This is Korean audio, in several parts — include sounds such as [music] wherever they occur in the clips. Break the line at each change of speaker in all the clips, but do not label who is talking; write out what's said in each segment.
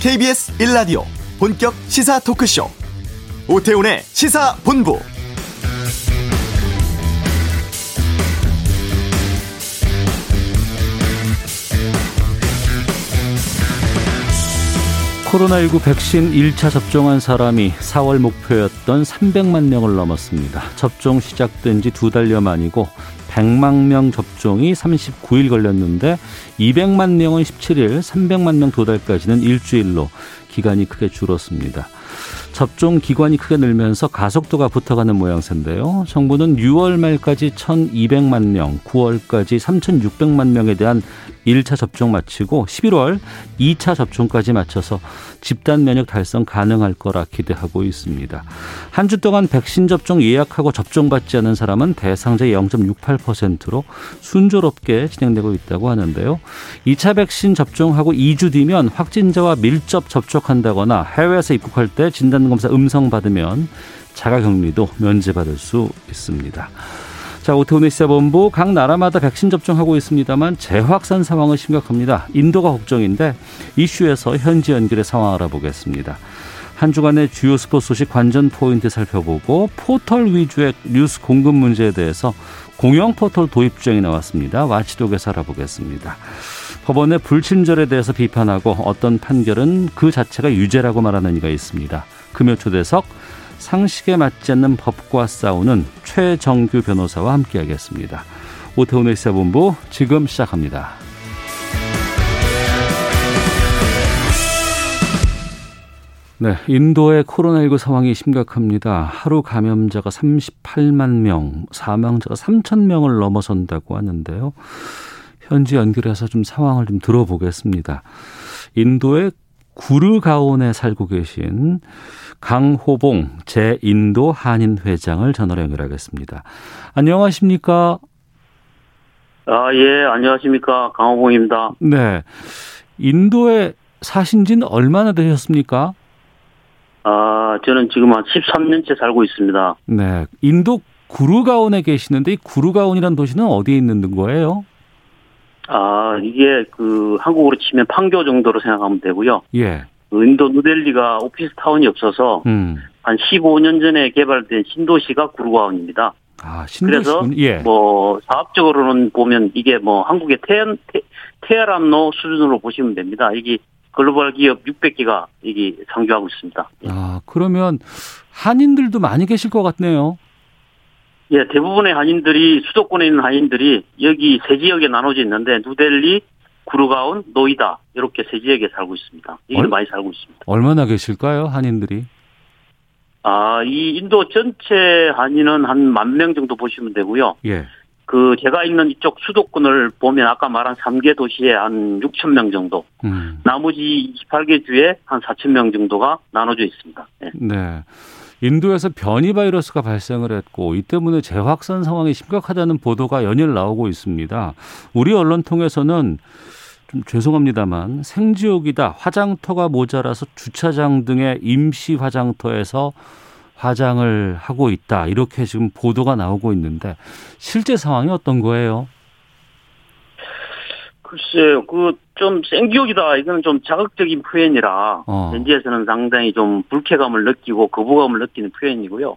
KBS 1라디오 본격 시사 토크쇼 오태훈의 시사본부
코로나19 백신 1차 접종한 사람이 4월 목표였던 300만 명을 넘었습니다. 접종 시작된 지 두 달여 만이고 100만 명 접종이 39일 걸렸는데 200만 명은 17일, 300만 명 도달까지는 일주일로 기간이 크게 줄었습니다. 접종 기간이 크게 늘면서 가속도가 붙어가는 모양새인데요. 정부는 6월 말까지 1,200만 명, 9월까지 3,600만 명에 대한 1차 접종 마치고 11월 2차 접종까지 마쳐서 집단 면역 달성 가능할 거라 기대하고 있습니다. 한 주 동안 백신 접종 예약하고 접종받지 않은 사람은 대상자의 0.68%로 순조롭게 진행되고 있다고 하는데요. 2차 백신 접종하고 2주 뒤면 확진자와 밀접 접촉한다거나 해외에서 입국할 때 진단검사 음성 받으면 자가격리도 면제받을 수 있습니다. 자, 오태훈의 시사본부 각 나라마다 백신 접종하고 있습니다만 재확산 상황은 심각합니다. 인도가 걱정인데 이슈에서 현지 연결의 상황 알아보겠습니다. 한 주간의 주요 스포츠 소식 관전 포인트 살펴보고 포털 위주의 뉴스 공급 문제에 대해서 공영 포털 도입 주장이 나왔습니다. 와치독에서 알아보겠습니다. 법원의 불친절에 대해서 비판하고 어떤 판결은 그 자체가 유죄라고 말하는 이가 있습니다. 금요 초대석 상식에 맞지 않는 법과 싸우는 최정규 변호사와 함께하겠습니다. 오태훈의 시사본부 지금 시작합니다. 네, 인도의 코로나19 상황이 심각합니다. 하루 감염자가 38만 명, 사망자가 3천 명을 넘어선다고 하는데요. 현지 연결해서 좀 상황을 좀 들어보겠습니다. 인도의 구르가온에 살고 계신 강호봉 제인도 한인 회장을 전화로 연결하겠습니다. 안녕하십니까?
아, 예, 안녕하십니까. 강호봉입니다.
네. 인도에 사신 지는 얼마나 되셨습니까?
아, 저는 지금 한 13년째 살고 있습니다.
네. 인도 구르가온에 계시는데 이 구르가온이라는 도시는 어디에 있는 거예요?
아, 이게 그 한국으로 치면 판교 정도로 생각하면 되고요.
예.
인도 누델리가 오피스 타운이 없어서
음.
한 15년 전에 개발된 신도시가 구르가온입니다.
아,
그래서
신도시군. 예.
뭐 사업적으로는 보면 이게 뭐 한국의 태안 테, 테헤란로 수준으로 보시면 됩니다. 이게 글로벌 기업 600개가 이게 상주하고 있습니다.
아, 그러면 한인들도 많이 계실 것 같네요.
예, 대부분의 한인들이 수도권에 있는 한인들이 여기 세 지역에 나눠져 있는데 누델리, 구르가온, 노이다 이렇게 세 지역에 살고 있습니다. 여기
얼-
많이 살고 있습니다.
얼마나 계실까요, 한인들이?
아, 이 인도 전체 한인은 한 만 명 정도 보시면 되고요.
예.
그 제가 있는 이쪽 수도권을 보면 아까 말한 3개 도시에 한 6천 명 정도,
음.
나머지 28개 주에 한 4천 명 정도가 나눠져 있습니다. 예.
네. 인도에서 변이 바이러스가 발생을 했고 이 때문에 재확산 상황이 심각하다는 보도가 연일 나오고 있습니다. 우리 언론 통해서는 좀 죄송합니다만 생지옥이다. 화장터가 모자라서 주차장 등의 임시 화장터에서 화장을 하고 있다. 이렇게 지금 보도가 나오고 있는데 실제 상황이 어떤 거예요?
글쎄요, 그 좀 생기옥이다. 이거는 좀 자극적인 표현이라
어.
현지에서는 상당히 좀 불쾌감을 느끼고 거부감을 느끼는 표현이고요.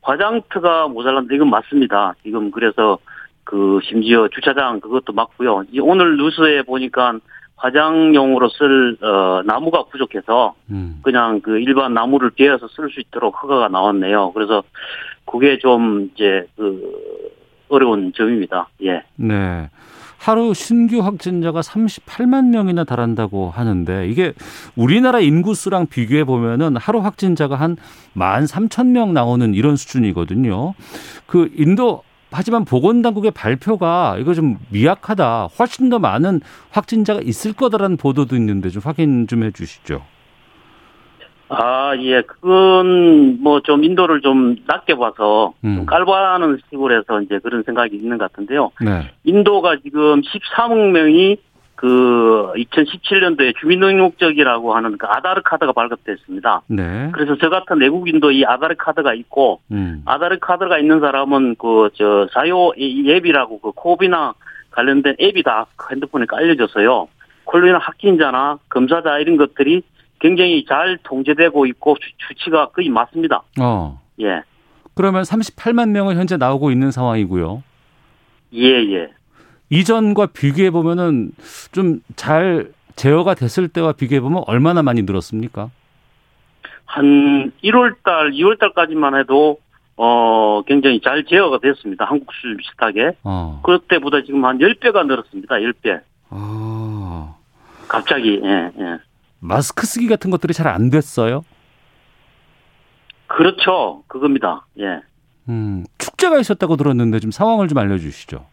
화장터가 모자란데 이건 맞습니다. 지금 그래서 그 심지어 주차장 그것도 맞고요. 이 오늘 뉴스에 보니까 화장용으로 쓸 어, 나무가 부족해서
음.
그냥 그 일반 나무를 베어서 쓸 수 있도록 허가가 나왔네요. 그래서 그게 좀 이제 그 어려운 점입니다. 예.
네. 하루 신규 확진자가 38만 명이나 달한다고 하는데 이게 우리나라 인구수랑 비교해 보면은 하루 확진자가 한 13,000명 나오는 이런 수준이거든요. 그 인도 하지만 보건당국의 발표가 이거 좀 미약하다. 훨씬 더 많은 확진자가 있을 거다라는 보도도 있는데 좀 확인 좀 해 주시죠.
아, 예. 그건 뭐 좀 인도를 좀 낮게 봐서
음.
깔바하는 식으로 해서 이제 그런 생각이 있는 것 같은데요.
네.
인도가 지금 13억 명이 그 2017년도에 주민등록증이라고 하는 그 아다르 카드가 발급됐습니다.
네.
그래서 저 같은 외국인도 이 아다르 카드가 있고
음.
아다르 카드가 있는 사람은 그 저 자요 이 앱이라고 그 코비나 그 관련된 앱이 다 핸드폰에 깔려져서요. 콜로나 확진자나 검사자 이런 것들이 굉장히 잘 통제되고 있고 수- 수치가 거의 맞습니다.
어.
예,
그러면 38만 명은 현재 나오고 있는 상황이고요.
예, 예.
이전과 비교해 보면은 좀 잘 제어가 됐을 때와 비교해 보면 얼마나 많이 늘었습니까?
한 1월달, 2월달까지만 해도 어 굉장히 잘 제어가 됐습니다. 한국 수준 비슷하게
어.
그때보다 지금 한 10배가 늘었습니다. 10배.
아.
갑자기 예, 예.
마스크 쓰기 같은 것들이 잘 안 됐어요.
그렇죠. 그겁니다. 예.
음. 축제가 있었다고 들었는데 좀 상황을 좀 알려주시죠.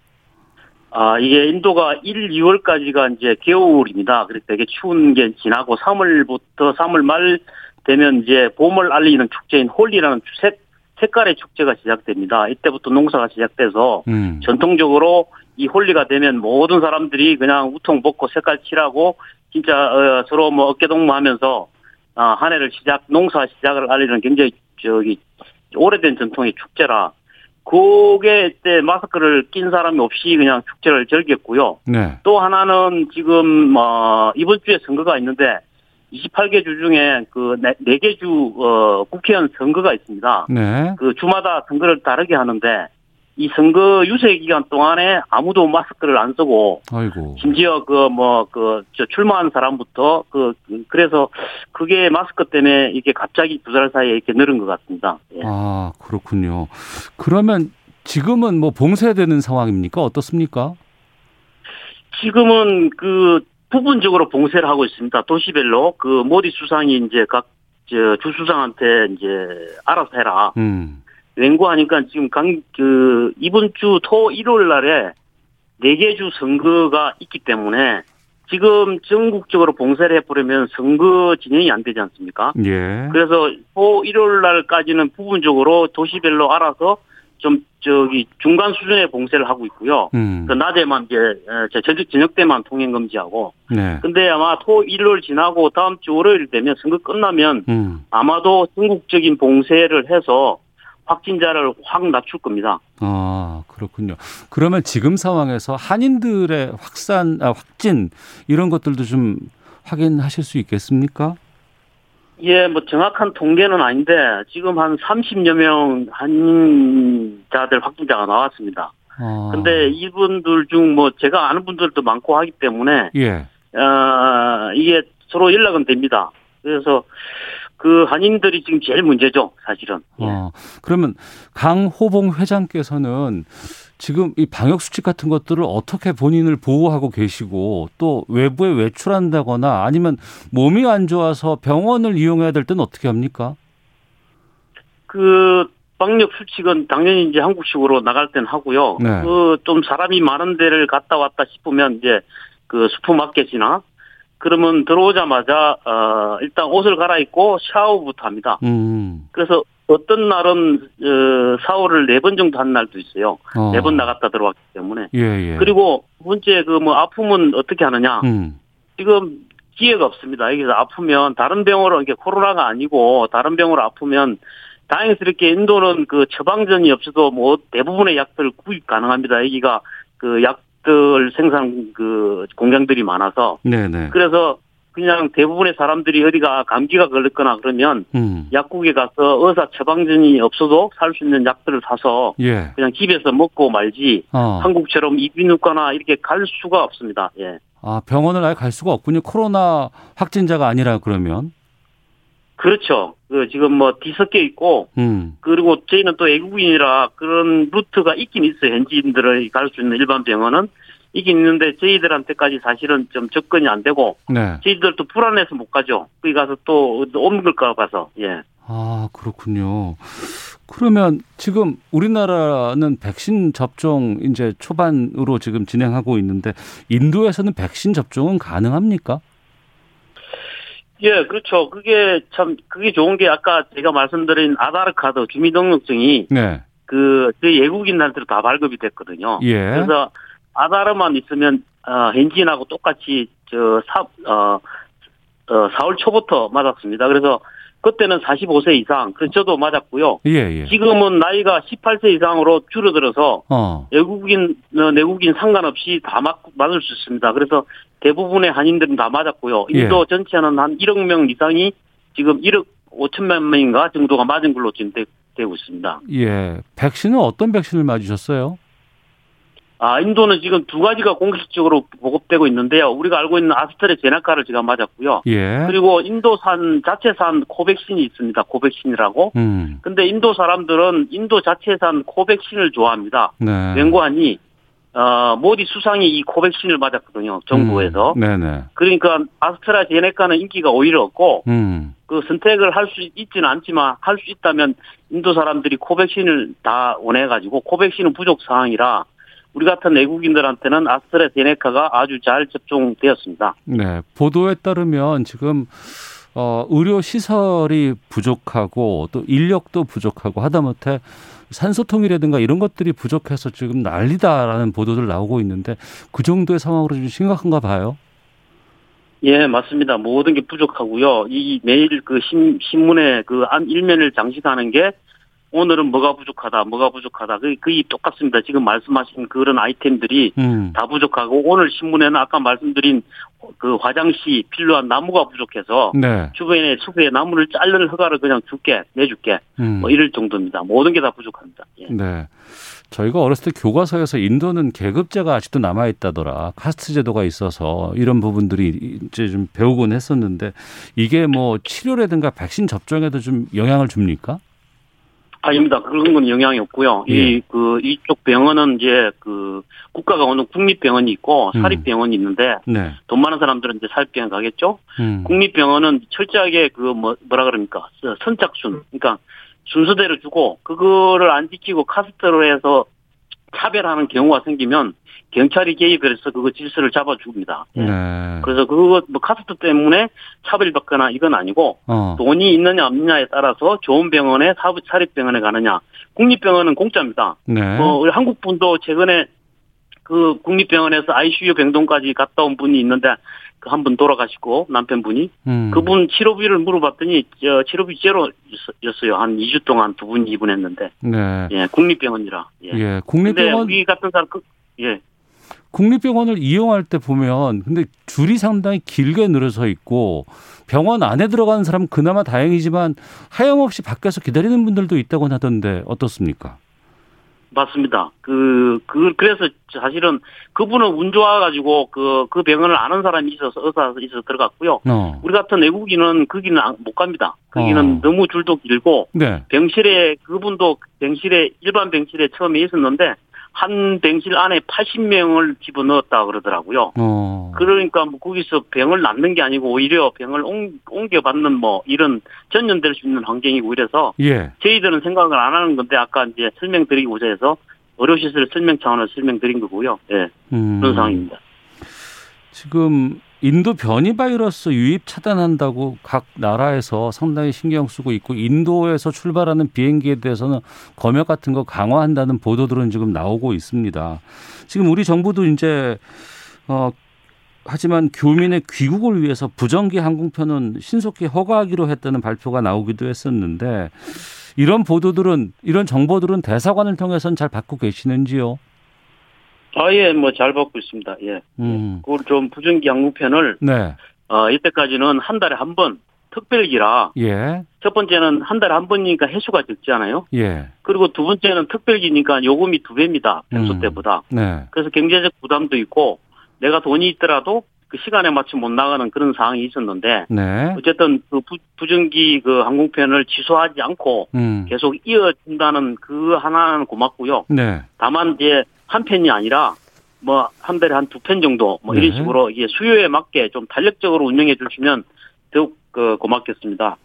아, 이게 인도가 1, 2월까지가 이제 겨울입니다. 그래서 되게 추운 게 지나고 3월부터 3월 말 되면 이제 봄을 알리는 축제인 홀리라는 색, 색깔의 축제가 시작됩니다. 이때부터 농사가 시작돼서
음.
전통적으로 이 홀리가 되면 모든 사람들이 그냥 우통 벗고 색깔 칠하고 진짜 어, 서로 뭐 어깨동무하면서 아, 한 해를 시작 농사 시작을 알리는 굉장히 저기 오래된 전통의 축제라 그게 때 마스크를 낀 사람이 없이 그냥 축제를 즐겼고요.
네.
또 하나는 지금 어, 이번 주에 선거가 있는데 28개 주 중에 그 4개 주 어, 국회의원 선거가 있습니다.
네.
그 주마다 선거를 다르게 하는데 이 선거 유세 기간 동안에 아무도 마스크를 안 쓰고
아이고.
심지어 그 뭐 그 출마한 사람부터 그 그- 그래서 그게 마스크 때문에 이게 갑자기 두 달 사이에 이렇게 늘은 것 같습니다. 예.
아, 그렇군요. 그러면 지금은 뭐 봉쇄되는 상황입니까? 어떻습니까?
지금은 그 부분적으로 봉쇄를 하고 있습니다. 도시별로 그 모디 수상이 이제 각 주 수상한테 이제 알아서 해라.
음.
맹구하니까 지금 강, 그, 이번 주 토, 일요일 날에 네 개 주 선거가 있기 때문에 지금 전국적으로 봉쇄를 해버리면 선거 진행이 안 되지 않습니까?
예.
그래서 토, 일요일 날까지는 부분적으로 도시별로 알아서 좀 저기 중간 수준의 봉쇄를 하고 있고요.
음.
그 낮에만 이제 에, 저- 저녁 저녁 때만 통행 금지하고
네.
근데 아마 토 일요일 지나고 다음 주 월요일 되면 선거 끝나면
음.
아마도 전국적인 봉쇄를 해서 확진자를 확 낮출 겁니다.
아, 그렇군요. 그러면 지금 상황에서 한인들의 확산, 아, 확진, 이런 것들도 좀 확인하실 수 있겠습니까?
예, 뭐 정확한 통계는 아닌데 지금 한 30여 명 한자들 확진자가 나왔습니다.
아,
근데 이분들 중 뭐 제가 아는 분들도 많고 하기 때문에
예.
어, 이게 서로 연락은 됩니다. 그래서 그 한인들이 지금 제일 문제죠, 사실은. 예.
어, 그러면 강호봉 회장께서는 지금 이 방역 수칙 같은 것들을 어떻게 본인을 보호하고 계시고 또 외부에 외출한다거나 아니면 몸이 안 좋아서 병원을 이용해야 될 때는 어떻게 합니까?
그 방역 수칙은 당연히 이제 한국식으로 나갈 땐 하고요.
네.
그 좀 사람이 많은 데를 갔다 왔다 싶으면 이제 그 슈퍼마켓이나 그러면 들어오자마자 어 일단 옷을 갈아입고 샤워부터 합니다.
음.
그래서 어떤 날은 어 샤워를 네 번 정도 한 날도 있어요.
어.
네 번 나갔다 들어왔기 때문에.
예, 예.
그리고 두 번째 그 뭐 아픔은 어떻게 하느냐?
음.
지금 기회가 없습니다. 여기서 아프면 다른 병으로 이게 코로나가 아니고 다른 병으로 아프면 다행스럽게 인도는 그 처방전이 없어도 뭐 대부분의 약들을 구입 가능합니다. 여기가 그 약들 생산 그 공장들이 많아서
네, 네.
그래서 그냥 대부분의 사람들이 어디가 감기가 걸렸거나 그러면
음.
약국에 가서 의사 처방전이 없어도 살 수 있는 약들을 사서
예.
그냥 집에서 먹고 말지
어.
한국처럼 이비인후과나 이렇게 갈 수가 없습니다. 예.
아, 병원을 아예 갈 수가 없군요. 코로나 확진자가 아니라 그러면.
그렇죠. 그 지금 뭐 뒤섞여 있고
음.
그리고 저희는 또 외국인이라 그런 루트가 있긴 있어요. 현지인들이 갈 수 있는 일반 병원은 있긴 있는데 저희들한테까지 사실은 좀 접근이 안 되고
네.
저희들도 불안해서 못 가죠. 거기 가서 또 옮길까 봐서 예.
아, 그렇군요. 그러면 지금 우리나라는 백신 접종 이제 초반으로 지금 진행하고 있는데 인도에서는 백신 접종은 가능합니까?
예, 그렇죠. 그게 참 그게 좋은 게 아까 제가 말씀드린 아다르 카드 주민등록증이
네.
그 저희 외국인한테도 다 발급이 됐거든요.
예.
그래서 아다르만 있으면 어, 현지인하고 똑같이 저 사, 어, 어, 4월 초부터 맞았습니다. 그래서 그때는 45세 이상, 그 저도 맞았고요.
예, 예.
지금은 나이가 18세 이상으로 줄어들어서
어.
외국인, 어, 내국인 상관없이 다 맞, 맞을 수 있습니다. 그래서 대부분의 한인들은 다 맞았고요.
예.
인도 전체는 한 1억 명 이상이 지금 1억 5천만 명인가 정도가 맞은 걸로 지금 되, 고 있습니다.
예. 백신은 어떤 백신을 맞으셨어요?
아, 인도는 지금 두 가지가 공식적으로 보급되고 있는데요. 우리가 알고 있는 아스트라 제나카를 제가 맞았고요.
예.
그리고 인도산 자체산 코백신이 있습니다. 코백신이라고.
음.
근데 인도 사람들은 인도 자체산 코백신을 좋아합니다.
네.
연구하니 어, 모디 수상이 이 코백신을 맞았거든요. 정부에서.
음, 네네.
그러니까 아스트라제네카는 인기가 오히려 없고
음.
그 선택을 할 수 있지는 않지만 할 수 있다면 인도 사람들이 코백신을 다 원해가지고 코백신은 부족 상황이라 우리 같은 외국인들한테는 아스트라제네카가 아주 잘 접종되었습니다.
네. 보도에 따르면 지금 어, 의료 시설이 부족하고 또 인력도 부족하고 하다못해 산소통이라든가 이런 것들이 부족해서 지금 난리다라는 보도들 나오고 있는데 그 정도의 상황으로 좀 심각한가 봐요.
예, 맞습니다. 모든 게 부족하고요. 이 매일 그 신, 신문에 그 안- 일면을 장식하는 게 오늘은 뭐가 부족하다, 뭐가 부족하다. 그, 그이 똑같습니다. 지금 말씀하신 그런 아이템들이
음.
다 부족하고 오늘 신문에는 아까 말씀드린 그 화장시 필요한 나무가 부족해서
네.
주변에 숲에 나무를 자르는 허가를 그냥 줄게 내줄게
음.
뭐 이럴 정도입니다. 모든 게 다 부족합니다. 예.
네. 저희가 어렸을 때 교과서에서 인도는 계급제가 아직도 남아 있다더라. 카스트 제도가 있어서 이런 부분들이 이제 좀 배우곤 했었는데 이게 뭐 치료라든가 백신 접종에도 좀 영향을 줍니까?
아닙니다. 그런 건 영향이 없고요.
예.
이 그 이쪽 병원은 이제 그 국가가 오는 국립병원이 있고
음.
사립병원이 있는데
네.
돈 많은 사람들은 이제 사립병원 가겠죠.
음.
국립병원은 철저하게 그 뭐 뭐라 그럽니까 서- 선착순 그러니까 순서대로 주고 그거를 안 지키고 카스트로 해서 차별하는 경우가 생기면 경찰이 개입을 해서 그거 질서를 잡아 줍니다. 예.
네.
그래서 그거 뭐 카스트 때문에 차별받거나 이건 아니고
어.
돈이 있느냐 없느냐에 따라서 좋은 병원에 사부 사립병원에 가느냐 국립병원은 공짜입니다.
네.
어, 우리 한국 분도 최근에 그 국립병원에서 ICU 병동까지 갔다 온 분이 있는데 그 한 분 돌아가시고 남편분이
음.
그분 치료비를 물어봤더니 저 치료비 제로였어요. 한 2주 동안 두 분 입원했는데
네.
예 국립병원이라 예.
예.
근데
국립병원
우리 같은 사람 그, 예
국립병원을 이용할 때 보면 근데 줄이 상당히 길게 늘어서 있고 병원 안에 들어가는 사람 은 그나마 다행이지만 하염없이 밖에서 기다리는 분들도 있다고 하던데 어떻습니까?
맞습니다. 그, 그, 그래서 사실은 그분은 운 좋아가지고 그, 그 병원을 아는 사람이 있어서, 의사가 있어서 들어갔고요.
어.
우리 같은 외국인은 거기는 안- 못 갑니다. 거기는
어.
너무 줄도 길고,
네.
병실에, 그분도 병실에, 일반 병실에 처음에 있었는데, 한 병실 안에 80명을 집어넣었다 그러더라고요.
어.
그러니까 뭐 거기서 병을 낫는 게 아니고 오히려 병을 옮, 옮겨받는 뭐 이런 전염될 수 있는 환경이고 이래서
예.
저희들은 생각을 안 하는 건데 아까 이제 설명드리고자 해서 의료시설 설명 차원에서 설명드린 거고요. 예,
음.
그런 상황입니다.
지금 인도 변이 바이러스 유입 차단한다고 각 나라에서 상당히 신경 쓰고 있고 인도에서 출발하는 비행기에 대해서는 검역 같은 거 강화한다는 보도들은 지금 나오고 있습니다. 지금 우리 정부도 이제 어 하지만 교민의 귀국을 위해서 부정기 항공편은 신속히 허가하기로 했다는 발표가 나오기도 했었는데 이런 보도들은 이런 정보들은 대사관을 통해서는 잘 받고 계시는지요?
아, 예, 뭐 잘 받고 있습니다. 예.
음.
그걸 좀 부정기 양육편을,
네.
어, 이때까지는 한 달에 한 번, 특별기라,
예.
첫 번째는 한 달에 한 번이니까 해수가 적잖아요.
예.
그리고 두 번째는 특별기니까 요금이 두 배입니다. 평소
음.
때보다.
네.
그래서 경제적 부담도 있고, 내가 돈이 있더라도 그 시간에 맞춰 못 나가는 그런 상황이 있었는데,
네.
어쨌든 그 부- 부정기 그 항공편을 취소하지 않고,
음.
계속 이어진다는 그 하나는 고맙고요.
네.
다만 이제 한 편이 아니라 뭐 한 달에 한 두 편 정도 뭐
네.
이런 식으로 이게 수요에 맞게 좀 탄력적으로 운영해 주시면 더욱 그 고맙겠습니다.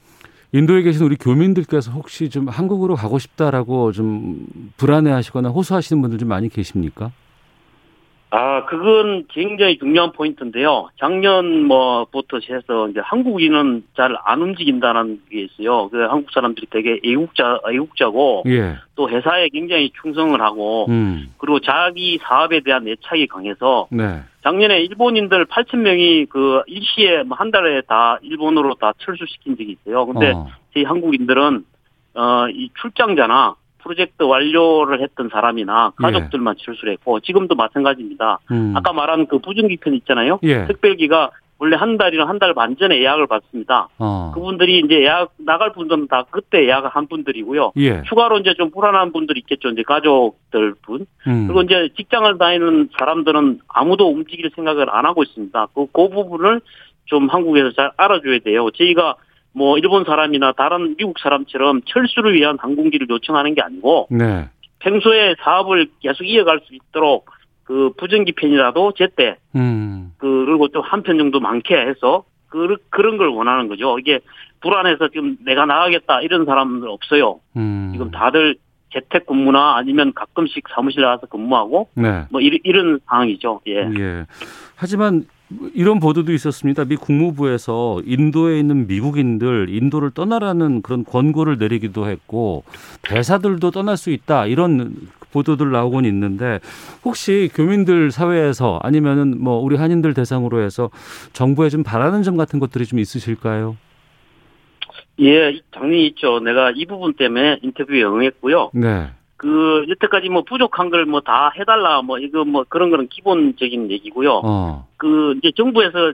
인도에 계신 우리 교민들께서 혹시 좀 한국으로 가고 싶다라고 좀 불안해하시거나 호소하시는 분들 좀 많이 계십니까?
아, 그건 굉장히 중요한 포인트인데요. 작년 뭐부터 해서 이제 한국인은 잘 안 움직인다는 게 있어요. 그 한국 사람들이 되게 애국자, 애국자고
예.
또 회사에 굉장히 충성을 하고
음.
그리고 자기 사업에 대한 애착이 강해서
네.
작년에 일본인들 8천 명이 그 일시에 뭐한 달에 다 네. 일본으로 다 철수시킨 적이 있어요. 근데
어.
저희 한국인들은 어 이 출장자나 프로젝트 완료를 했던 사람이나 가족들만 출술했고 지금도 마찬가지입니다.
예. 음.
아까 그 말한 그 부정기편 있잖아요.
예.
특별기가 원래 한 달이나 한 달 반 전에 예약을 받습니다.
어.
그분들이 이제 예약 나갈 분들은 다 그때 예약을 한 분들이고요.
예.
추가로 이제 좀 불안한 분들 있겠죠. 이제 가족들 분.
음.
그리고 이제 직장을 다니는 사람들은 아무도 움직일 생각을 안 하고 있습니다. 그, 그 부분을 좀 한국에서 잘 알아줘야 돼요. 저희가 뭐 일본 사람이나 다른 미국 사람처럼 철수를 위한 항공기를 요청하는 게 아니고
네.
평소에 사업을 계속 이어갈 수 있도록 그 부정기 편이라도 제때
음.
그리고 또 한 편 정도 많게 해서 그, 그런 걸 원하는 거죠. 이게 불안해서 지금 내가 나가겠다 이런 사람들 없어요.
음.
지금 다들 재택근무나 아니면 가끔씩 사무실 나가서 근무하고
네.
뭐 이, 런 상황이죠. 예.
예. 하지만 이런 보도도 있었습니다. 미 국무부에서 인도에 있는 미국인들 인도를 떠나라는 그런 권고를 내리기도 했고 대사들도 떠날 수 있다 이런 보도들 나오곤 있는데 혹시 교민들 사회에서 아니면은 뭐 우리 한인들 대상으로 해서 정부에 좀 바라는 점 같은 것들이 좀 있으실까요?
예, 당연히 있죠. 내가 이 부분 때문에 인터뷰에 응했고요.
네.
그 여태까지 뭐 부족한 걸 뭐 다 해달라 뭐 이거 뭐 그런 거는 기본적인 얘기고요.
어.
그 이제 정부에서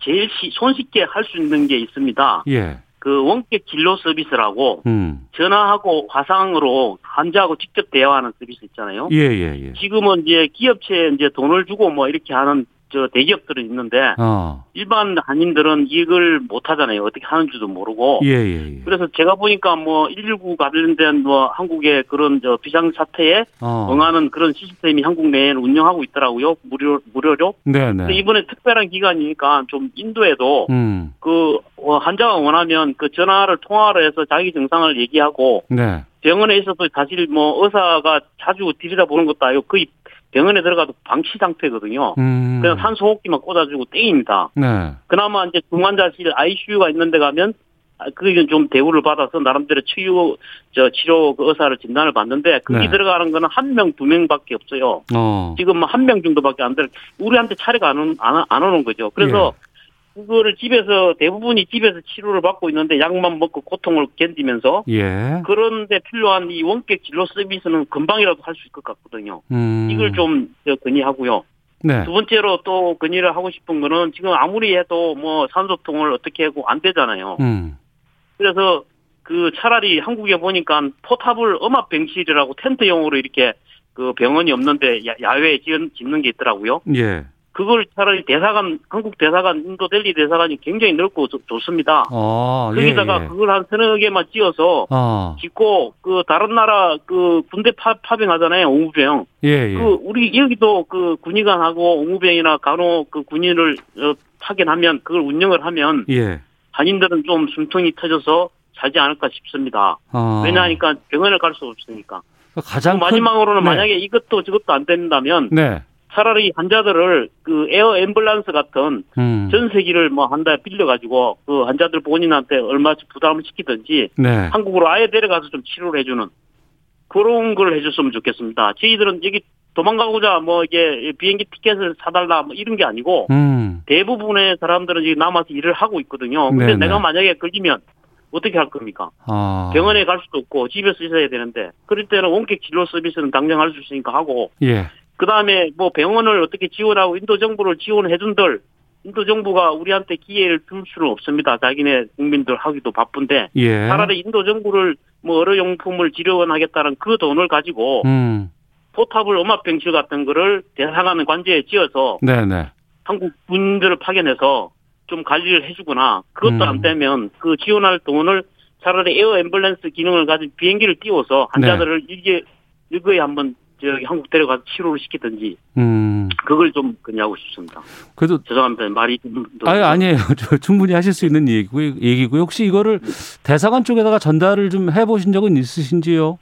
제일 시- 손쉽게 할 수 있는 게 있습니다.
예.
그 원격 진료 서비스라고
음.
전화하고 화상으로 환자하고 직접 대화하는 서비스 있잖아요.
예, 예, 예.
지금은 이제 기업체에 이제 돈을 주고 뭐 이렇게 하는 저 대기업들은 있는데
어.
일반 한인들은 이걸 못 하잖아요. 어떻게 하는지도 모르고.
예, 예, 예.
그래서 제가 보니까 뭐 119 관련된 뭐 한국의 그런 저 비상 사태에
어.
응하는 그런 시스템이 한국 내에는 운영하고 있더라고요. 무료 무료로.
네,
근데
네.
이번에 특별한 기간이니까 좀 인도에도
음.
그 어, 환자가 원하면 그 전화를 통화를 해서 자기 증상을 얘기하고
네.
병원에 있어서 사실 뭐 의사가 자주 들여다보는 것도 아니고 거의 병원에 들어가도 방치 상태거든요.
음.
그냥 산소호흡기만 꽂아주고 땡입니다.
네.
그나마 이제 중환자실 ICU가 있는데 가면 아, 그게 좀 대우를 받아서 나름대로 치유 저 치료 그 의사를 진단을 받는데 거기
네.
들어가는 거는 한 명 두 명밖에 없어요.
어.
지금 한 명 정도밖에 안 들어. 우리한테 차례가 안, 온- 안, 안 오는 거죠. 그래서
예.
그거를 집에서 대부분이 집에서 치료를 받고 있는데 약만 먹고 고통을 견디면서
예.
그런데 필요한 이 원격 진료 서비스는 금방이라도 할 수 있을 것 같거든요.
음.
이걸 좀 저, 건의하고요.
네.
두 번째로 또 건의를 하고 싶은 거는 지금 아무리 해도 뭐 산소통을 어떻게 하고 안 되잖아요.
음.
그래서 그 차라리 한국에 보니까 포탑을 음압병실이라고 텐트용으로 이렇게 그 병원이 없는데 야- 야외에 지은- 짓는 게 있더라고요.
예.
그걸 차라리 대사관, 한국 대사관, 인도 델리 대사관이 굉장히 넓고 좋- 좋습니다.
어. 예.
거기다가
예.
그걸 한 서너 개만 찌어서
어.
짓고 그 다른 나라 그 군대 파, 파병하잖아요. 옹우병.
예, 예.
그 우리 여기도 그 군의관하고 옹우병이나 간혹 그 군인을 어, 파견하면 그걸 운영을 하면
예.
한인들은 좀 숨통이 터져서 살지 않을까 싶습니다.
어.
왜냐하니까 병원을 갈 수 없으니까.
가장 큰-
마지막으로는
네.
만약에 이것도 저것도 안 된다면
네.
차라리 환자들을 그 에어 앰뷸런스 같은
음.
전세기를 뭐 한 달 빌려가지고 그 환자들 본인한테 얼마씩 부담을 시키든지
네.
한국으로 아예 데려가서 좀 치료를 해주는 그런 걸 해줬으면 좋겠습니다. 저희들은 여기 도망가고자 뭐 이게 비행기 티켓을 사달라 뭐 이런 게 아니고
음.
대부분의 사람들은 지금 남아서 일을 하고 있거든요. 근데
네네.
내가 만약에 걸리면 어떻게 할 겁니까?
아.
병원에 갈 수도 없고 집에서 있어야 되는데 그럴 때는 원격 진료 서비스는 당장 할 수 있으니까 하고
예.
그 다음에 뭐 병원을 어떻게 지원하고 인도 정부를 지원해준들 인도 정부가 우리한테 기회를 줄 수는 없습니다. 자기네 국민들 하기도 바쁜데
예.
차라리 인도 정부를 뭐 의료용품을 지원하겠다는 그 돈을 가지고
음.
포탑을 음압병실 같은 거를 대사관 관제에 지어서
네, 네.
한국 군인들을 파견해서 좀 관리를 해주거나 그것도
음.
안 되면 그 지원할 돈을 차라리 에어 앰뷸런스 기능을 가진 비행기를 띄워서
네.
환자들을 일개 일거에 한번 저기 한국 데려가서 치료를 시키든지
음.
그걸 좀 건의하고 싶습니다.
그래도
죄송합니다. 말이 좀 더-
아니, 아니에요. [laughs] 저 충분히 하실 수 있는 얘기고, 얘기고요. 혹시 이거를 대사관 쪽에다가 전달을 좀 해보신 적은 있으신지요?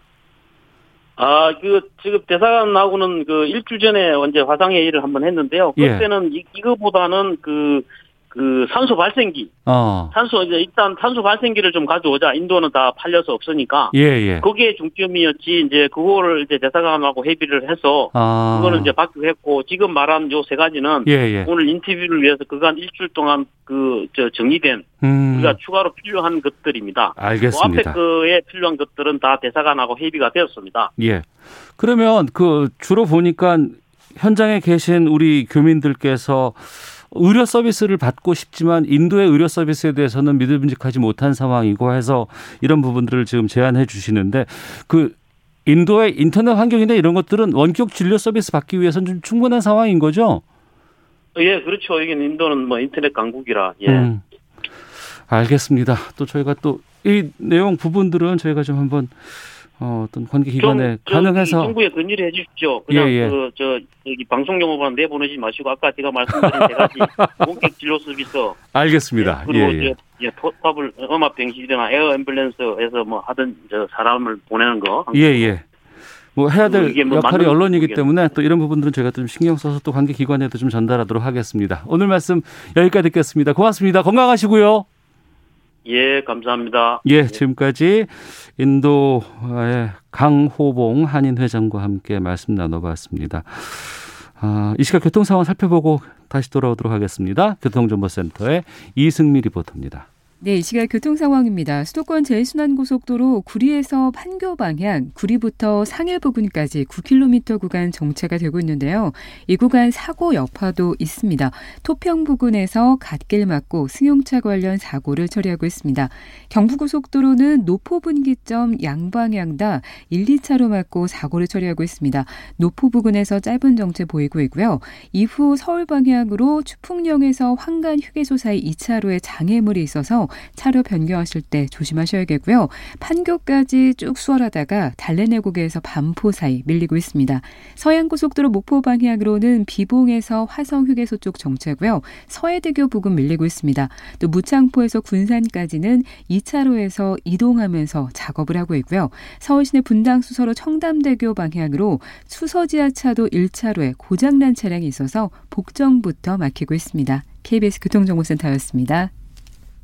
아, 그, 지금 대사관하고는 그 일주 전에 언제 화상회의를 한번 했는데요.
예.
그때는 이, 이거보다는 그 그 산소 발생기,
어.
산소 이제 일단 산소 발생기를 좀 가져오자. 인도는 다 팔려서 없으니까
예, 예.
거기에 중점이었지. 이제 그거를 이제 대사관하고 협의를 해서
아.
그거는 이제 바뀌했고 지금 말한 요 세 가지는
예, 예.
오늘 인터뷰를 위해서 그간 일주일 동안 그 저 정리된
음.
우리가 추가로 필요한 것들입니다. 그 앞에
알겠습니다.
그에 필요한 것들은 다 대사관하고 협의가 되었습니다.
예. 그러면 그 주로 보니까 현장에 계신 우리 교민들께서 의료 서비스를 받고 싶지만 인도의 의료 서비스에 대해서는 믿음직하지 못한 상황이고 해서 이런 부분들을 지금 제안해 주시는데 그 인도의 인터넷 환경이나 이런 것들은 원격 진료 서비스 받기 위해서는 좀 충분한 상황인 거죠?
예, 그렇죠. 이게 인도는 뭐 인터넷 강국이라 예.
음. 알겠습니다. 또 저희가 또 이 내용 부분들은 저희가 좀 한번 어, 어떤 관계 기관에
좀, 좀
가능해서
이 정부에 건의를 해 주십시오. 그냥
예, 예.
그 저 여기 방송 용어만 내보내지 마시고 아까 제가 말씀드린
[laughs]
세 가지 본격 진료 서비스
알겠습니다.
그리고 이제 예, 포탑을 음압 병실이나 에어 앰뷸런스에서 뭐 하던 저 사람을 보내는 거
예, 예. 뭐 해야 될
이게 뭐
역할이
맞는
언론이기
부분이겠-
때문에 또 이런 부분들은 저희가 좀 신경 써서 또 관계 기관에도 좀 전달하도록 하겠습니다. 오늘 말씀 여기까지 듣겠습니다. 고맙습니다. 건강하시고요.
예, 감사합니다.
예, 지금까지 인도의 강호봉 한인 회장과 함께 말씀 나눠봤습니다. 아, 이 시각 교통 상황 살펴보고 다시 돌아오도록 하겠습니다. 교통정보센터의 이승미 리포터입니다.
네, 이 시각 교통 상황입니다. 수도권 제1순환고속도로 구리에서 판교 방향, 구리부터 상해 부근까지 9km 구간 정체가 되고 있는데요. 이 구간 사고 여파도 있습니다. 토평 부근에서 갓길 막고 승용차 관련 사고를 처리하고 있습니다. 경부고속도로는 노포분기점 양방향 다 1, 2차로 막고 사고를 처리하고 있습니다. 노포 부근에서 짧은 정체 보이고 있고요. 이후 서울 방향으로 추풍령에서 황간 휴게소 사이 2차로에 장애물이 있어서 차로 변경하실 때 조심하셔야겠고요. 판교까지 쭉 수월하다가 달래내곡에서 반포 사이 밀리고 있습니다. 서양고속도로 목포 방향으로는 비봉에서 화성 휴게소 쪽 정체고요. 서해대교 부근 밀리고 있습니다. 또 무창포에서 군산까지는 2차로에서 이동하면서 작업을 하고 있고요. 서울시내 분당 수서로 청담대교 방향으로 수서지하차도 1차로에 고장난 차량이 있어서 복정부터 막히고 있습니다. KBS 교통정보센터였습니다.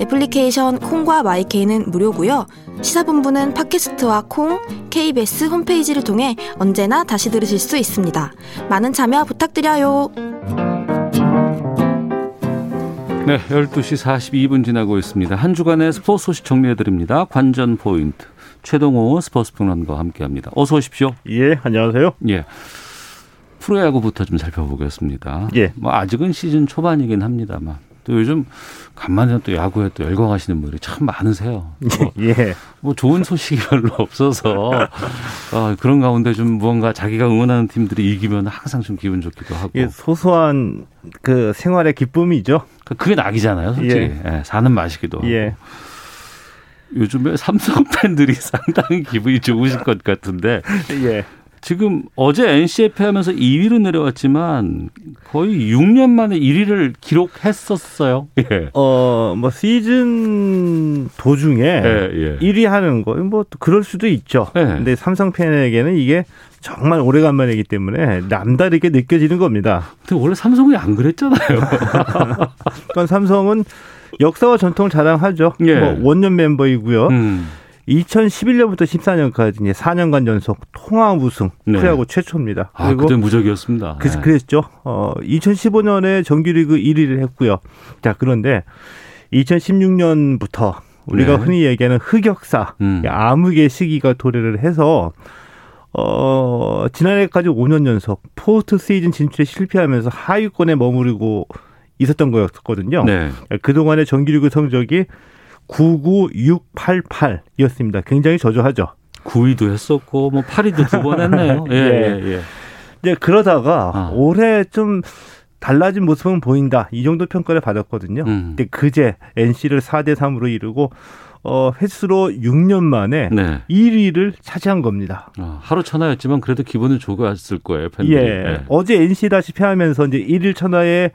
애플리케이션 콩과 마이케이는 무료고요. 시사본부는 팟캐스트와 콩, KBS 홈페이지를 통해 언제나 다시 들으실 수 있습니다. 많은 참여 부탁드려요.
네, 12시 42분 지나고 있습니다. 한 주간의 스포츠 소식 정리해드립니다. 관전 포인트. 최동호 스포츠 평론가와 함께합니다. 어서 오십시오.
예, 안녕하세요.
예. 프로야구부터 좀 살펴보겠습니다.
예.
뭐 아직은 시즌 초반이긴 합니다만 또 요즘 간만에 또 야구에 또 열광하시는 분들이 참
[laughs]
많으세요. 뭐,
예.
뭐 좋은 소식이 별로 없어서 어, 그런 가운데 좀 무언가 자기가 응원하는 팀들이 이기면 항상 좀 기분 좋기도 하고
이게 소소한 그 생활의 기쁨이죠.
그- 그게 낙이잖아요, 솔직히 예.
예.
사는 맛이기도 하고. [laughs]
예.
요즘에 삼성 [laughs] 팬들이 상당히 기분이 좋으실 것 같은데
예.
지금 어제 NCF 하면서 2위로 내려왔지만 거의 6년 만에 1위를 기록했었어요. 예.
어, 뭐 시즌 도중에
예, 예.
1위 하는 거, 뭐또 그럴 수도 있죠.
예.
근데 삼성 팬에게는 이게 정말 오래간만이기 때문에 남다르게 느껴지는 겁니다.
근데 원래 삼성이 안 그랬잖아요.
그러니까 삼성은 역사와 전통을 자랑하죠.
예.
뭐 원년 멤버이고요.
음.
2011년부터 14년까지 이제 4년간 연속 통합 우승
네.
프로야구 최초입니다.
아, 그때 무적이었습니다. 네.
그, 그랬죠. 어, 2015년에 정규리그 1위를 했고요. 자, 그런데 2016년부터 우리가
네.
흔히 얘기하는 흑역사,
음.
암흑의 시기가 도래를 해서 어, 지난해까지 5년 연속 포스트 시즌 진출에 실패하면서 하위권에 머무르고 있었던 거였거든요. 예,
네.
그동안의 정규리그 성적이 99688이었습니다. 굉장히 저조하죠.
9위도 했었고 뭐 8위도 두 번 했네요. 예, 예,
[laughs] 예.
예.
이제 그러다가
아.
올해 좀 달라진 모습은 보인다. 이 정도 평가를 받았거든요.
음.
근데 그제 NC를 4대 3으로 이루고 어, 횟수로 6년 만에
네.
1위를 차지한 겁니다.
아, 하루 천하였지만 그래도 기분은 좋았을 거예요, 팬들이.
예.
네.
어제 NC 다시 패하면서 이제 1일 천하에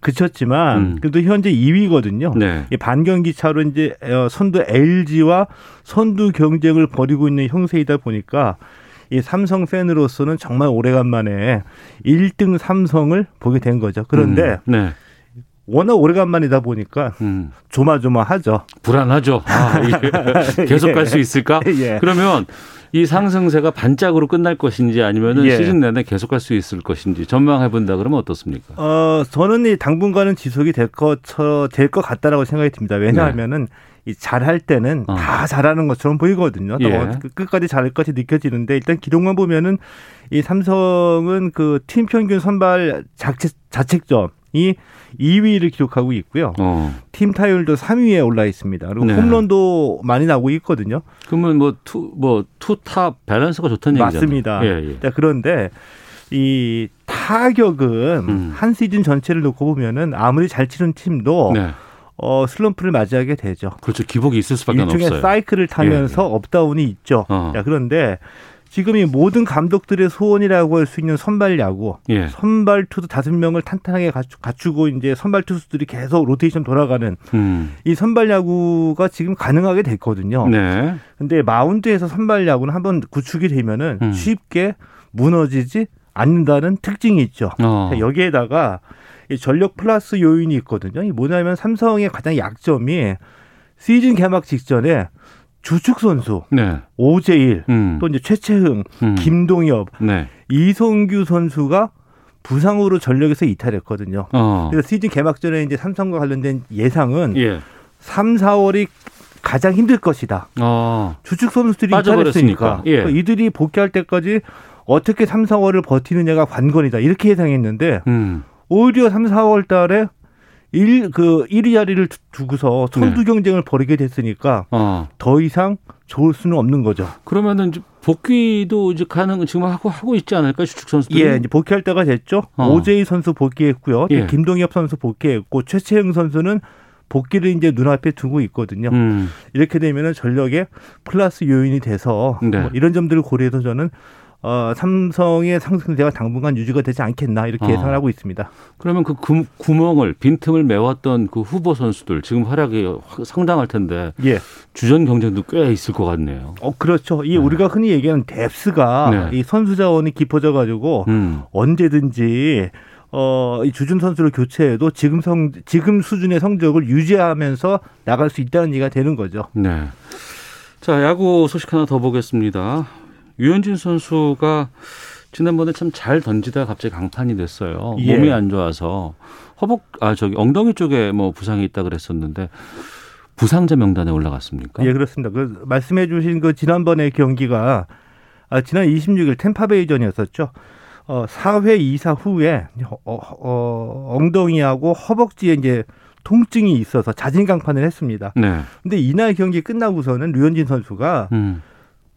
그쳤지만
음.
그래도 현재 2위거든요.
네.
이 반경기 차로 이제 어, 선두 LG와 선두 경쟁을 벌이고 있는 형세이다 보니까 이 삼성 팬으로서는 정말 오래간만에 1등 삼성을 보게 된 거죠. 그런데
음, 네.
워낙 오래간만이다 보니까
음,
조마조마하죠.
불안하죠. 아,
[laughs]
이게 계속 갈 수 있을까?
예.
그러면 이 상승세가 반짝으로 끝날 것인지 아니면은
예.
시즌 내내 계속 갈 수 있을 것인지 전망해 본다 그러면 어떻습니까?
어, 저는 이 당분간은 지속이 될 것, 될것 같다라고 생각이 듭니다. 왜냐하면은 이 잘할 때는
네. 어.
다 잘하는 것처럼 보이거든요.
예.
어, 끝- 끝까지 잘할 것이 느껴지는데 일단 기록만 보면은 이 삼성은 그 팀 평균 선발 자책, 자책점이 2위를 기록하고 있고요.
어.
팀 타율도 3위에 올라 있습니다. 그리고
네.
홈런도 많이 나오고 있거든요.
그러면 뭐 투 뭐 투타 밸런스가 좋다는 얘기죠.
맞습니다.
예, 예.
자, 그런데 이 타격은
음.
한 시즌 전체를 놓고 보면은 아무리 잘 치는 팀도
네.
어, 슬럼프를 맞이하게 되죠.
그렇죠. 기복이 있을 수밖에
일종의
없어요. 예,
사이클을 타면서 업다운이 있죠.
어.
자, 그런데 지금 이 모든 감독들의 소원이라고 할 수 있는 선발 야구,
예.
선발 투수 다섯 명을 탄탄하게 갖추- 갖추고 이제 선발 투수들이 계속 로테이션 돌아가는
음.
이 선발 야구가 지금 가능하게 됐거든요.
네.
근데 마운드에서 선발 야구는 한번 구축이 되면은
음.
쉽게 무너지지 않는다는 특징이 있죠.
어.
자, 여기에다가 이 전력 플러스 요인이 있거든요. 이 뭐냐면 삼성의 가장 약점이 시즌 개막 직전에 주축 선수
네.
오재일
음.
또 이제 최채흥,
음.
김동엽,
네.
이성규 선수가 부상으로 전력에서 이탈했거든요.
어.
그래서 시즌 개막 전에 이제 삼성과 관련된 예상은
예.
3, 4월이 가장 힘들 것이다.
어.
주축 선수들이
빠져버렸으니까.
이탈했으니까
예.
그러니까 이들이 복귀할 때까지 어떻게 3, 4월을 버티느냐가 관건이다 이렇게 예상했는데
음.
오히려 3, 4월 달에 일 그 1위 자리를 두- 두고서
네.
선두 경쟁을 벌이게 됐으니까
어.
더 이상 좋을 수는 없는 거죠.
그러면은 이제 복귀도 이제 가능 지금 하고 하고 있지 않을까 주축 선수들이.
예, 이제 복귀할 때가 됐죠.
어.
오재희 선수 복귀했고요. 또
예.
김동엽 선수 복귀했고 최채흥 선수는 복귀를 이제 눈앞에 두고 있거든요.
음.
이렇게 되면은 전력의 플러스 요인이 돼서
네.
뭐 이런 점들을 고려해서 저는 어, 삼성의 상승세가 당분간 유지가 되지 않겠나 이렇게
어.
예상을 하고 있습니다.
그러면 그 구, 구멍을 빈틈을 메웠던 그 후보 선수들 지금 활약이 확- 상당할 텐데
예,
주전 경쟁도 꽤 있을 것 같네요.
어 그렇죠. 이 우리가 흔히 얘기하는 뎁스가
네.
이 선수 자원이 깊어져 가지고
음.
언제든지 어, 이 주준 선수를 교체해도 지금 성 지금 수준의 성적을 유지하면서 나갈 수 있다는 얘기가 되는 거죠.
네. 자, 야구 소식 하나 더 보겠습니다. 유현진 선수가 지난번에 참 잘 던지다 가 갑자기 강판이 됐어요.
예.
몸이 안 좋아서 허벅 아 저기 엉덩이 쪽에 뭐 부상이 있다 그랬었는데 부상자 명단에 올라갔습니까?
예, 그렇습니다. 그 말씀해 주신 그 지난번의 경기가 아, 지난 26일 템파베이전이었었죠. 어, 4회 이사 후에 어, 어, 엉덩이하고 허벅지에 이제 통증이 있어서 자진 강판을 했습니다.
네.
근데 이날 경기 끝나고서는 류현진 선수가
음.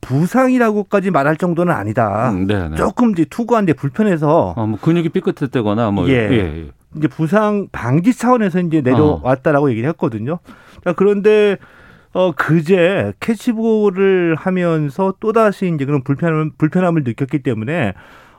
부상이라고까지 말할 정도는 아니다.
음, 네, 네.
조금 이제 투구하는데 불편해서
아, 뭐 근육이 삐끗했다거나 뭐
예.
예.
이제 부상 방지 차원에서 이제 내려왔다라고 얘기를 했거든요. 자, 그런데 어 그제 캐치볼을 하면서 또 다시 이제 그런 불편함 불편함을 느꼈기 때문에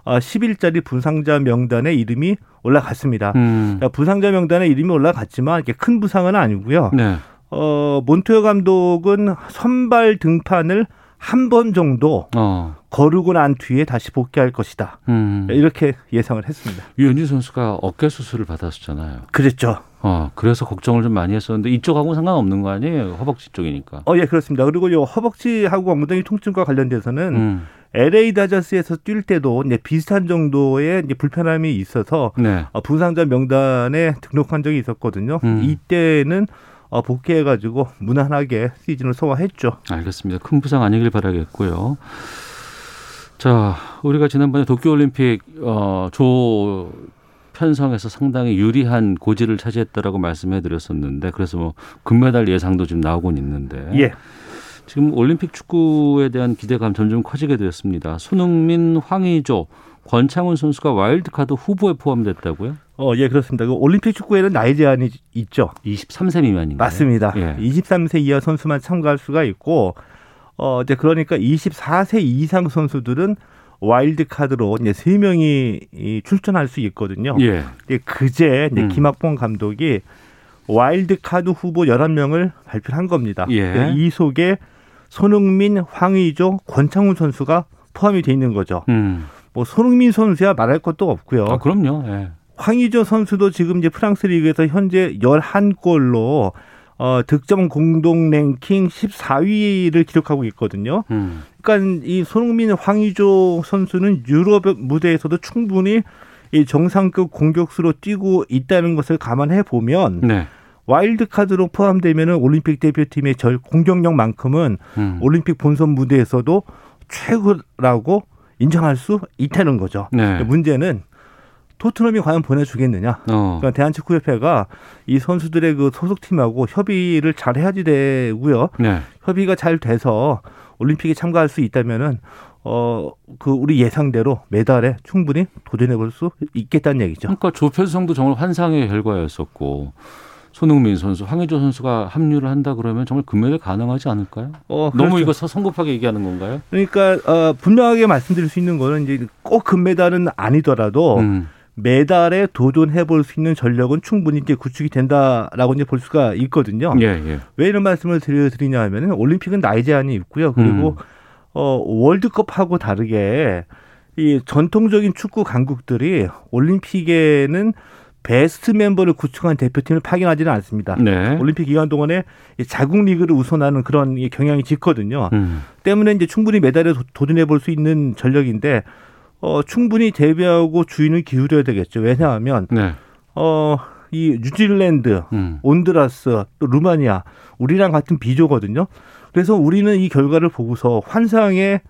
아 10일짜리 부상자 명단에 이름이 올라갔습니다.
음.
자, 부상자 명단에 이름이 올라갔지만 이렇게 큰 부상은 아니고요.
네.
어 몬토요 감독은 선발 등판을 한 번 정도
어.
거르고 난 뒤에 다시 복귀할 것이다.
음.
이렇게 예상을 했습니다.
유현진 선수가 어깨 수술을 받았었잖아요.
그랬죠.
어, 그래서 걱정을 좀 많이 했었는데 이쪽하고 상관없는 거 아니에요? 허벅지 쪽이니까.
어, 예, 그렇습니다. 그리고 요 허벅지하고 엉덩이 통증과 관련돼서는
음.
LA 다저스에서 뛸 때도 이제 비슷한 정도의 이제 불편함이 있어서
네.
어, 부상자 명단에 등록한 적이 있었거든요.
음.
이때는 어, 복귀해가지고 무난하게 시즌을 소화했죠.
알겠습니다. 큰 부상 아니길 바라겠고요. 자, 우리가 지난번에 도쿄올림픽 어, 조 편성에서 상당히 유리한 고지를 차지했다라고 말씀해드렸었는데 그래서 뭐 금메달 예상도 지금 나오곤 있는데
예,
지금 올림픽 축구에 대한 기대감 점점 커지게 되었습니다. 손흥민, 황의조, 권창훈 선수가 와일드카드 후보에 포함됐다고요?
어, 어, 예, 그렇습니다. 그 올림픽 축구에는 나이 제한이 있죠.
23세 미만인가요?
맞습니다.
예.
23세 이하 선수만 참가할 수가 있고 어 이제 그러니까 24세 이상 선수들은 와일드 카드로 이제 세 명이 이 출전할 수 있거든요.
예.
근데 그제 이제
음.
김학봉 감독이 와일드 카드 후보 11명을 발표한 겁니다.
예.
근데 이 속에 손흥민, 황의조, 권창훈 선수가 포함이 돼 있는 거죠.
음.
뭐 손흥민 선수야 말할 것도 없고요.
아, 그럼요. 예.
황의조 선수도 지금 이제 프랑스 리그에서 현재 11골로 어, 득점 공동 랭킹 14위를 기록하고 있거든요.
음.
그러니까 이 손흥민 황의조 선수는 유럽 무대에서도 충분히 이 정상급 공격수로 뛰고 있다는 것을 감안해 보면
네.
와일드 카드로 포함되면은 올림픽 대표팀의 절 공격력만큼은
음.
올림픽 본선 무대에서도 최고라고 인정할 수 있다는 거죠.
네.
문제는 토트넘이 과연 보내주겠느냐.
어.
그러니까 대한축구협회가 이 선수들의 그 소속팀하고 협의를 잘 해야지 되고요.
네.
협의가 잘 돼서 올림픽에 참가할 수 있다면은 어그 우리 예상대로 메달에 충분히 도전해 볼 수 있겠다는 얘기죠.
그러니까 조편성도 정말 환상의 결과였었고 손흥민 선수, 황의조 선수가 합류를 한다 그러면 정말 금메달 가능하지 않을까요?
어
너무
그렇죠.
이거 서- 성급하게 얘기하는 건가요?
그러니까 어 분명하게 말씀드릴 수 있는 거는 이제 꼭그 금메달은 아니더라도
음.
메달에 도전해 볼 수 있는 전력은 충분히 이제 구축이 된다라고 이제 볼 수가 있거든요.
예, 예.
왜 이런 말씀을 드려 드리냐 하면은 올림픽은 나이 제한이 있고요. 그리고
음.
어 월드컵하고 다르게 이 전통적인 축구 강국들이 올림픽에는 베스트 멤버를 구축한 대표팀을 파견하지는 않습니다.
네.
올림픽 기간 동안에 이 자국 리그를 우선하는 그런 이 경향이 짙거든요.
음.
때문에 이제 충분히 메달에 도- 도전해 볼 수 있는 전력인데 어 충분히 대비하고 주의는 기울여야 되겠죠. 왜냐하면
네.
어이 뉴질랜드,
음.
온드라스, 또 루마니아, 우리랑 같은 비조거든요. 그래서 우리는 이 결과를 보고서 환상의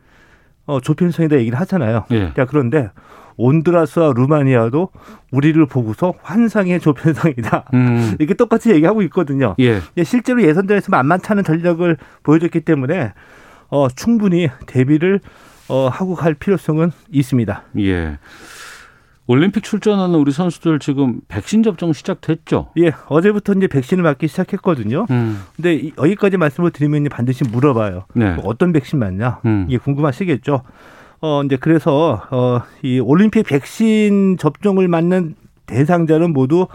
어, 조편성이다 얘기를 하잖아요.
예.
자, 그런데 온드라스와 루마니아도 우리를 보고서 환상의 조편성이다.
음.
이렇게 똑같이 얘기하고 있거든요.
예.
예, 실제로 예선전에서 만만찮은 전력을 보여줬기 때문에 어, 충분히 대비를 어, 하고 갈 필요성은 있습니다.
예. 올림픽 출전하는 우리 선수들 지금 백신 접종 시작됐죠?
예, 어제부터 이제 백신을 맞기 시작했거든요.
음.
근데 이- 여기까지 말씀을 드리면 이제 반드시 물어봐요. 뭐
네.
어떤 백신 맞냐?
음.
이게 궁금하시겠죠. 어 이제 그래서 어이 올림픽 백신 접종을 맞는 대상자는 모두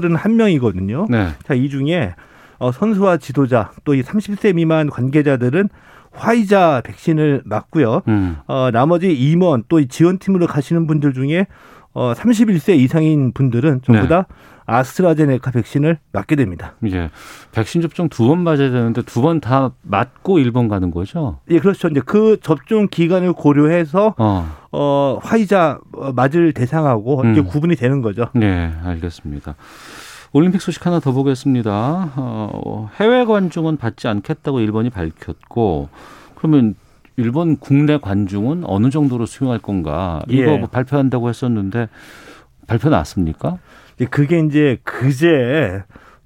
931명이거든요.
네.
자, 이 중에 어 선수와 지도자 또 이 30세 미만 관계자들은 화이자 백신을 맞고요.
음.
어 나머지 임원 또이 지원팀으로 가시는 분들 중에 어 31세 이상인 분들은 전부
네.
다 아스트라제네카 백신을 맞게 됩니다.
예. 백신 접종 두 번 맞아야 되는데 두 번 다 맞고 일본 가는 거죠?
예, 그렇죠. 이제 그 접종 기간을 고려해서
어.
어 화이자 어, 맞을 대상하고 이게
음.
구분이 되는 거죠.
네, 알겠습니다. 올림픽 소식 하나 더 보겠습니다. 어, 해외 관중은 받지 않겠다고 일본이 밝혔고, 그러면 일본 국내 관중은 어느 정도로 수용할 건가? 이거
예.
뭐 발표한다고 했었는데 발표 났습니까?
이제 그게 이제 그제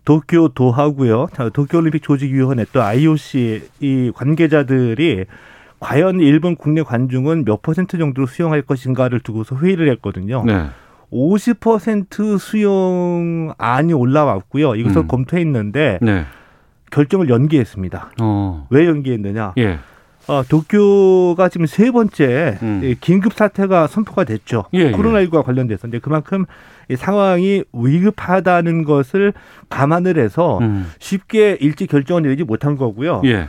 도쿄 도하고요. 자, 도쿄올림픽 조직위원회 또 IOC 이 관계자들이 과연 일본 국내 관중은 몇 퍼센트 정도로 수용할 것인가를 두고서 회의를 했거든요.
네,
50% 수용안이 올라왔고요. 이것을
음.
검토했는데
네,
결정을 연기했습니다.
어,
왜 연기했느냐?
예,
어, 도쿄가 지금 세 번째
음.
예, 긴급 사태가 선포가 됐죠.
예, 예.
코로나19와 관련돼서 이제 그만큼 이 상황이 위급하다는 것을 감안을 해서
음,
쉽게 일찍 결정을 내리지 못한 거고요.
예,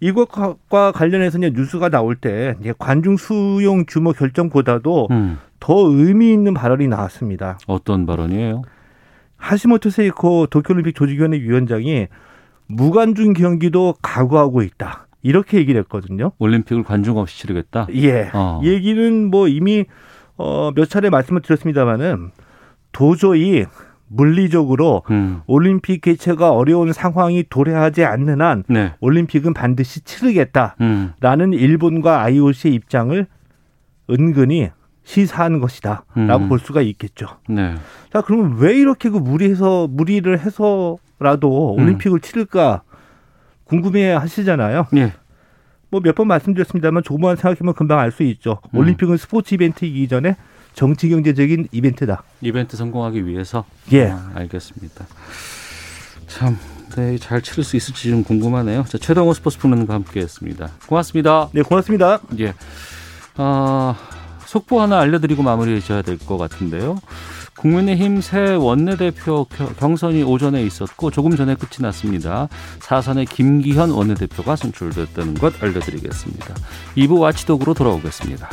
이것과 관련해서 이제 뉴스가 나올 때 이제 관중 수용 규모 결정보다도
음,
더 의미 있는 발언이 나왔습니다.
어떤 발언이에요?
하시모토 세이코 도쿄올림픽 조직위원회 위원장이 무관중 경기도 각오하고 있다. 이렇게 얘기를 했거든요.
올림픽을 관중 없이 치르겠다.
예.
어,
이 얘기는 뭐 이미 어, 몇 차례 말씀을 드렸습니다마는 도저히 물리적으로
음,
올림픽 개최가 어려운 상황이 도래하지 않는 한
네,
올림픽은 반드시 치르겠다라는
음,
일본과 IOC의 입장을 은근히 시사한 것이다라고
음.
볼 수가 있겠죠.
네,
자, 그러면 왜 이렇게 그 무리해서 무리를 해서라도
음.
올림픽을 치를까 궁금해 하시잖아요.
예,
뭐 몇 번 말씀드렸습니다만 조금만 생각하면 금방 알 수 있죠.
음.
올림픽은 스포츠 이벤트이기 전에 정치 경제적인 이벤트다.
이벤트 성공하기 위해서.
예.
아, 알겠습니다. 참, 네, 잘 치를 수 있을지 좀 궁금하네요. 자, 최동호 스포츠 평론가 함께했습니다. 고맙습니다.
네, 고맙습니다.
예. 아, 속보 하나 알려드리고 마무리해 줘야 될 것 같은데요. 국민의힘 새 원내대표 겨- 경선이 오전에 있었고 조금 전에 끝이 났습니다. 사선의 김기현 원내대표가 선출됐다는 것 알려드리겠습니다. 2부 와치독으로 돌아오겠습니다.